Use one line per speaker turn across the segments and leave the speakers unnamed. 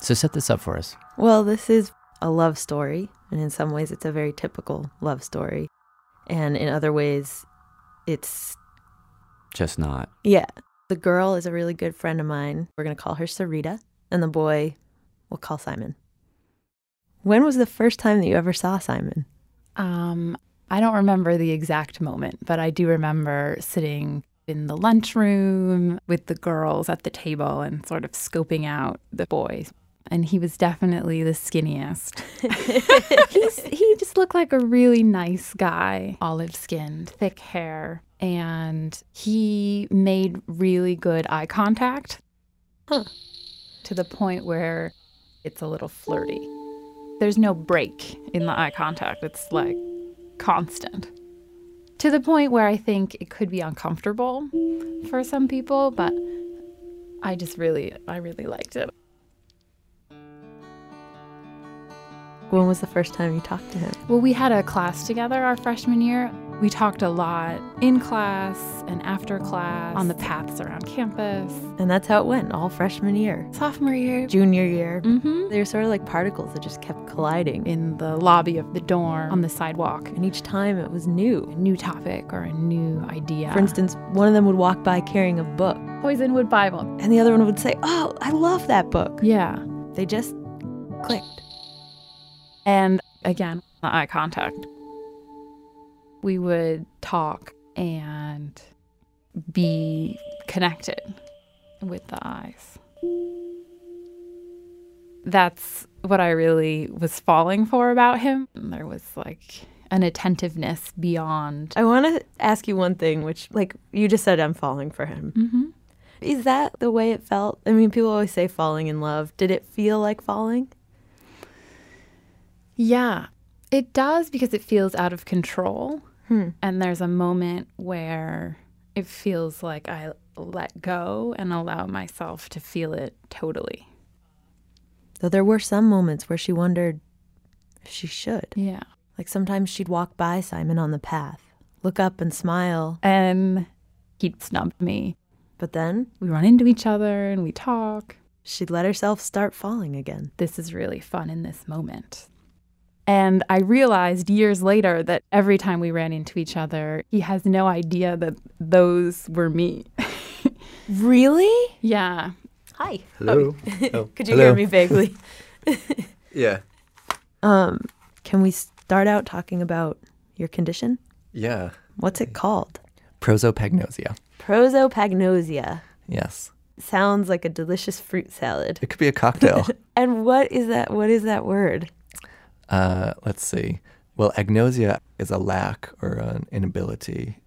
So set this up for us.
Well, this is a love story, and in some ways, it's a very typical love story. And in other ways, it's,
Just not.
yeah. The girl is a really good friend of mine. We're going to call her Sarita, and the boy, we'll call Simon. When was the first time that you ever saw Simon?
Um, I don't remember the exact moment, but I do remember sitting in the lunchroom with the girls at the table and sort of scoping out the boys. And he was definitely the skinniest. He's, he just looked like a really nice guy, olive skinned, thick hair. And he made really good eye contact to the point where it's a little flirty there's no break in the eye contact. It's like constant to the point where I think it could be uncomfortable for some people, but I just really, I really liked it.
When was the first time you talked to him?
Well, we had a class together our freshman year. We talked a lot in class and after class on the paths around campus.
And that's how it went all freshman year,
Sophomore year,
junior year.
mm-hmm.
They were sort of like particles that just kept colliding.
in the lobby of the dorm, on the sidewalk,
And each time it was new.
a new topic or a new idea.
For instance, one of them would walk by carrying a book,
Poisonwood Bible.
and the other one would say, Oh, I love that book.
Yeah.
They just clicked.
And again, the eye contact. We would talk and be connected with the eyes. That's what I really was falling for about him. There was like an attentiveness beyond.
I want to ask you one thing, which, like, you just said, I'm falling for him.
Mm-hmm.
Is that the way it felt? I mean, people always say falling in love. Did it feel like falling?
Yeah, it does because it feels out of control.
Hmm.
And there's a moment where it feels like I let go and allow myself to feel it totally.
Though there were some moments where she wondered if she should.
Yeah.
Like, sometimes she'd walk by Simon on the path, look up and smile,
And he'd snub me.
but then
We run into each other and we talk.
she'd let herself start falling again.
This is really fun in this moment. And I realized years later that every time we ran into each other, he has no idea that those were me.
Really?
yeah.
Hi.
Hello.
Could you hear me vaguely?
Yeah.
Um, can we start out talking about your condition?
Yeah.
What's it called?
Prosopagnosia.
Prosopagnosia.
Yes.
Sounds like a delicious fruit salad.
It could be a cocktail.
And what is that? What is that word?
uh, let's see. Well, agnosia is a lack or an inability,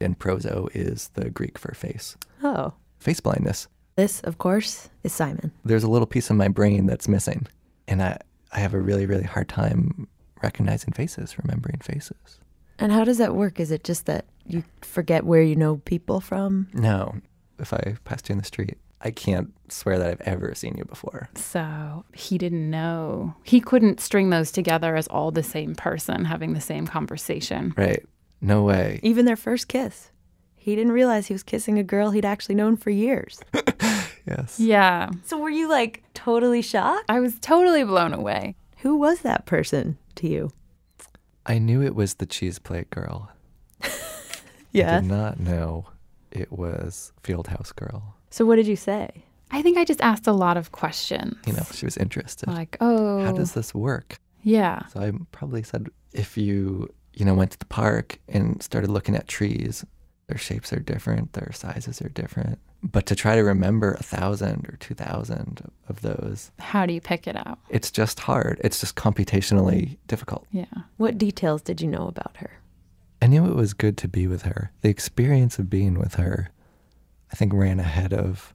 and proso is the Greek for face.
Oh,
Face blindness.
this, of course, is Simon.
There's a little piece of my brain that's missing, and I, I have a really, really hard time recognizing faces, remembering faces.
And how does that work? Is it just that you forget where you know people from?
No, if I passed you in the street, I can't swear that I've ever seen you before.
So he didn't know. He couldn't string those together as all the same person having the same conversation.
Right. No way.
Even their first kiss. He didn't realize he was kissing a girl he'd actually known for years.
Yes.
Yeah.
So were you like totally shocked?
I was totally blown away.
Who was that person to you?
I knew it was the cheese plate girl. I did not know it was Fieldhouse Girl.
So what did you say?
I think I just asked a lot of questions.
You know, she was interested.
Like, oh,
How does this work?
yeah,
So I probably said, if you, you know, went to the park and started looking at trees, their shapes are different, their sizes are different. But to try to remember a thousand or two thousand of those,
how do you pick it up?
it's just hard. It's just computationally difficult.
Yeah.
What details did you know about her?
I knew it was good to be with her. The experience of being with her, I think, ran ahead of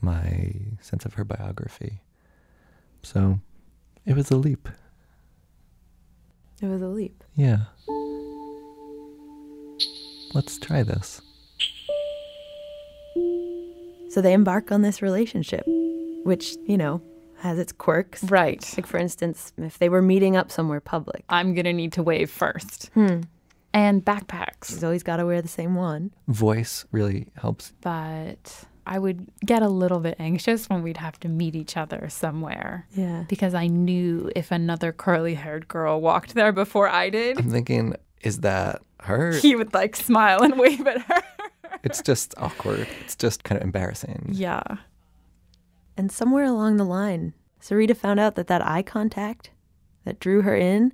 my sense of her biography. So it was a leap.
It was a leap.
Yeah. Let's try this.
So they embark on this relationship, which, you know, has its quirks.
Right.
Like, for instance, if they were meeting up somewhere public,
I'm going to need to wave first.
hmm.
And backpacks.
he's always got to wear the same one.
Voice really helps.
But I would get a little bit anxious when we'd have to meet each other somewhere
Yeah.
because I knew if another curly haired girl walked there before I did,
I'm thinking, is that her?
he would like smile and wave at her.
it's just awkward. It's just kind of embarrassing.
yeah.
And somewhere along the line, Sarita found out that that eye contact that drew her in,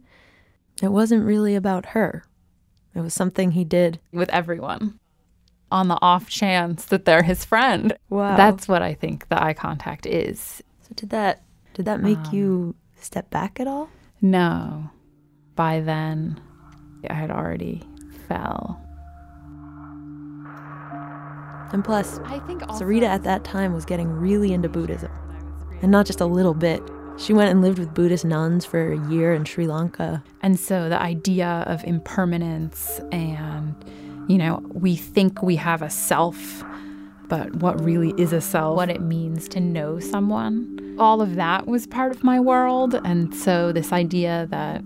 it wasn't really about her. It was something he did.
With everyone. On the off chance that they're his friend.
Wow.
That's what I think the eye contact is.
So did that did that make you step back at all?
No. By then, I had already fell.
And plus,
I think
Sarita at that time was getting really into Buddhism. And not just a little bit. She went and lived with Buddhist nuns for a year in Sri Lanka.
And so the idea of impermanence and, you know, we think we have a self, but what really is a self, what it means to know someone, all of that was part of my world. And so this idea that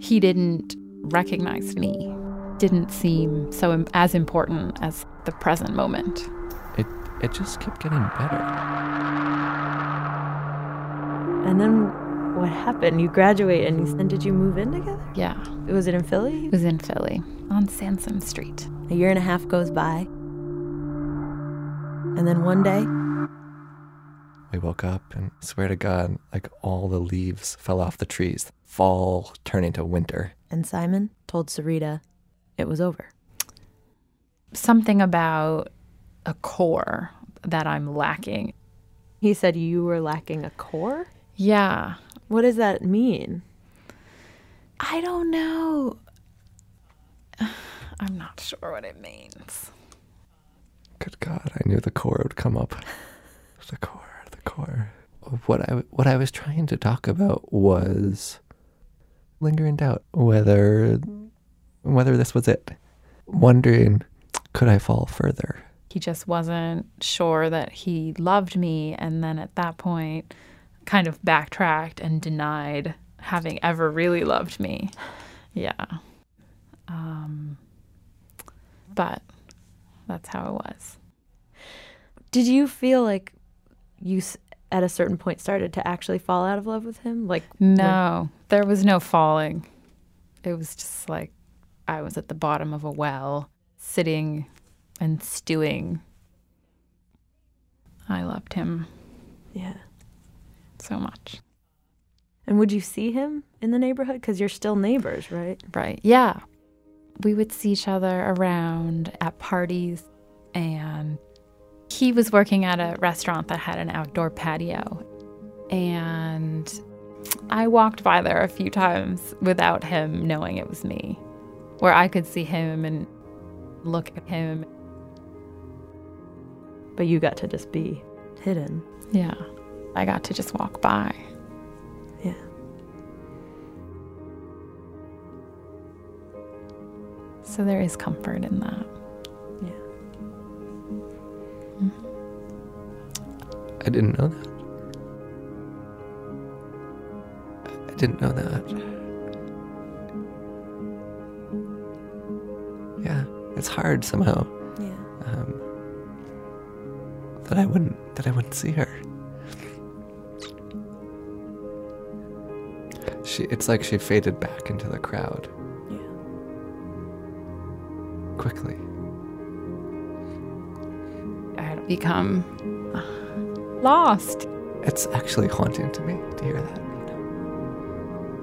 he didn't recognize me didn't seem so im- as important as the present moment.
It it just kept getting better.
And then what happened? You graduate and, and did you move in together?
Yeah,
Was it in Philly?
it was in Philly on Sansom Street.
A year and a half goes by. And then one day,
We woke up and swear to God, like all the leaves fell off the trees. Fall turned into winter.
and Simon told Sarita it was over.
Something about a core that I'm lacking
He said you were lacking a core?
Yeah.
What does that mean?
I don't know. I'm not sure what it means.
Good God, I knew the core would come up. The core, the core. What I what I was trying to talk about was lingering doubt whether whether this was it. Wondering could I fall further?
He just wasn't sure that he loved me. And then at that point, kind of backtracked and denied having ever really loved me. Yeah. Um, but that's how it was.
Did you feel like you s- at a certain point started to actually fall out of love with him? Like
No, there was no falling. It was just like I was at the bottom of a well, sitting and stewing. I loved him
yeah.
so much.
And would you see him in the neighborhood cuz you're still neighbors, right?
Right. Yeah. We would see each other around at parties, and he was working at a restaurant that had an outdoor patio. And I walked by there a few times without him knowing it was me, where I could see him and look at him.
But you got to just be hidden.
Yeah. I got to just walk by.
Yeah.
So there is comfort in that.
I didn't know that. I didn't know that. Yeah, it's hard somehow.
Yeah.
um, that I wouldn't that I wouldn't see her. She it's like she faded back into the crowd
Yeah.
quickly.
I had become lost.
It's actually haunting to me to hear that. you know.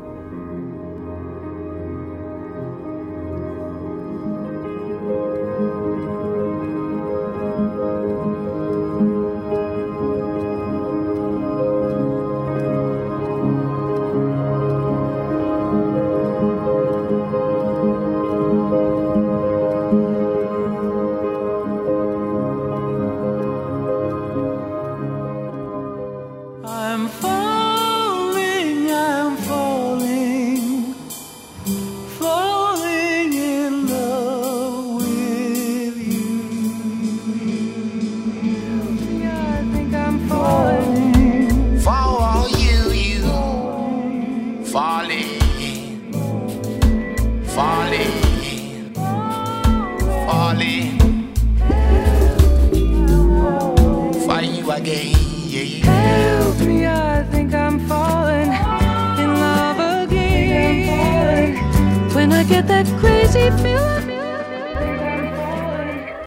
I'm falling, I'm falling, falling in love with you. Yeah, I think I'm falling.
For you, you falling, falling, falling.
get that. Crazy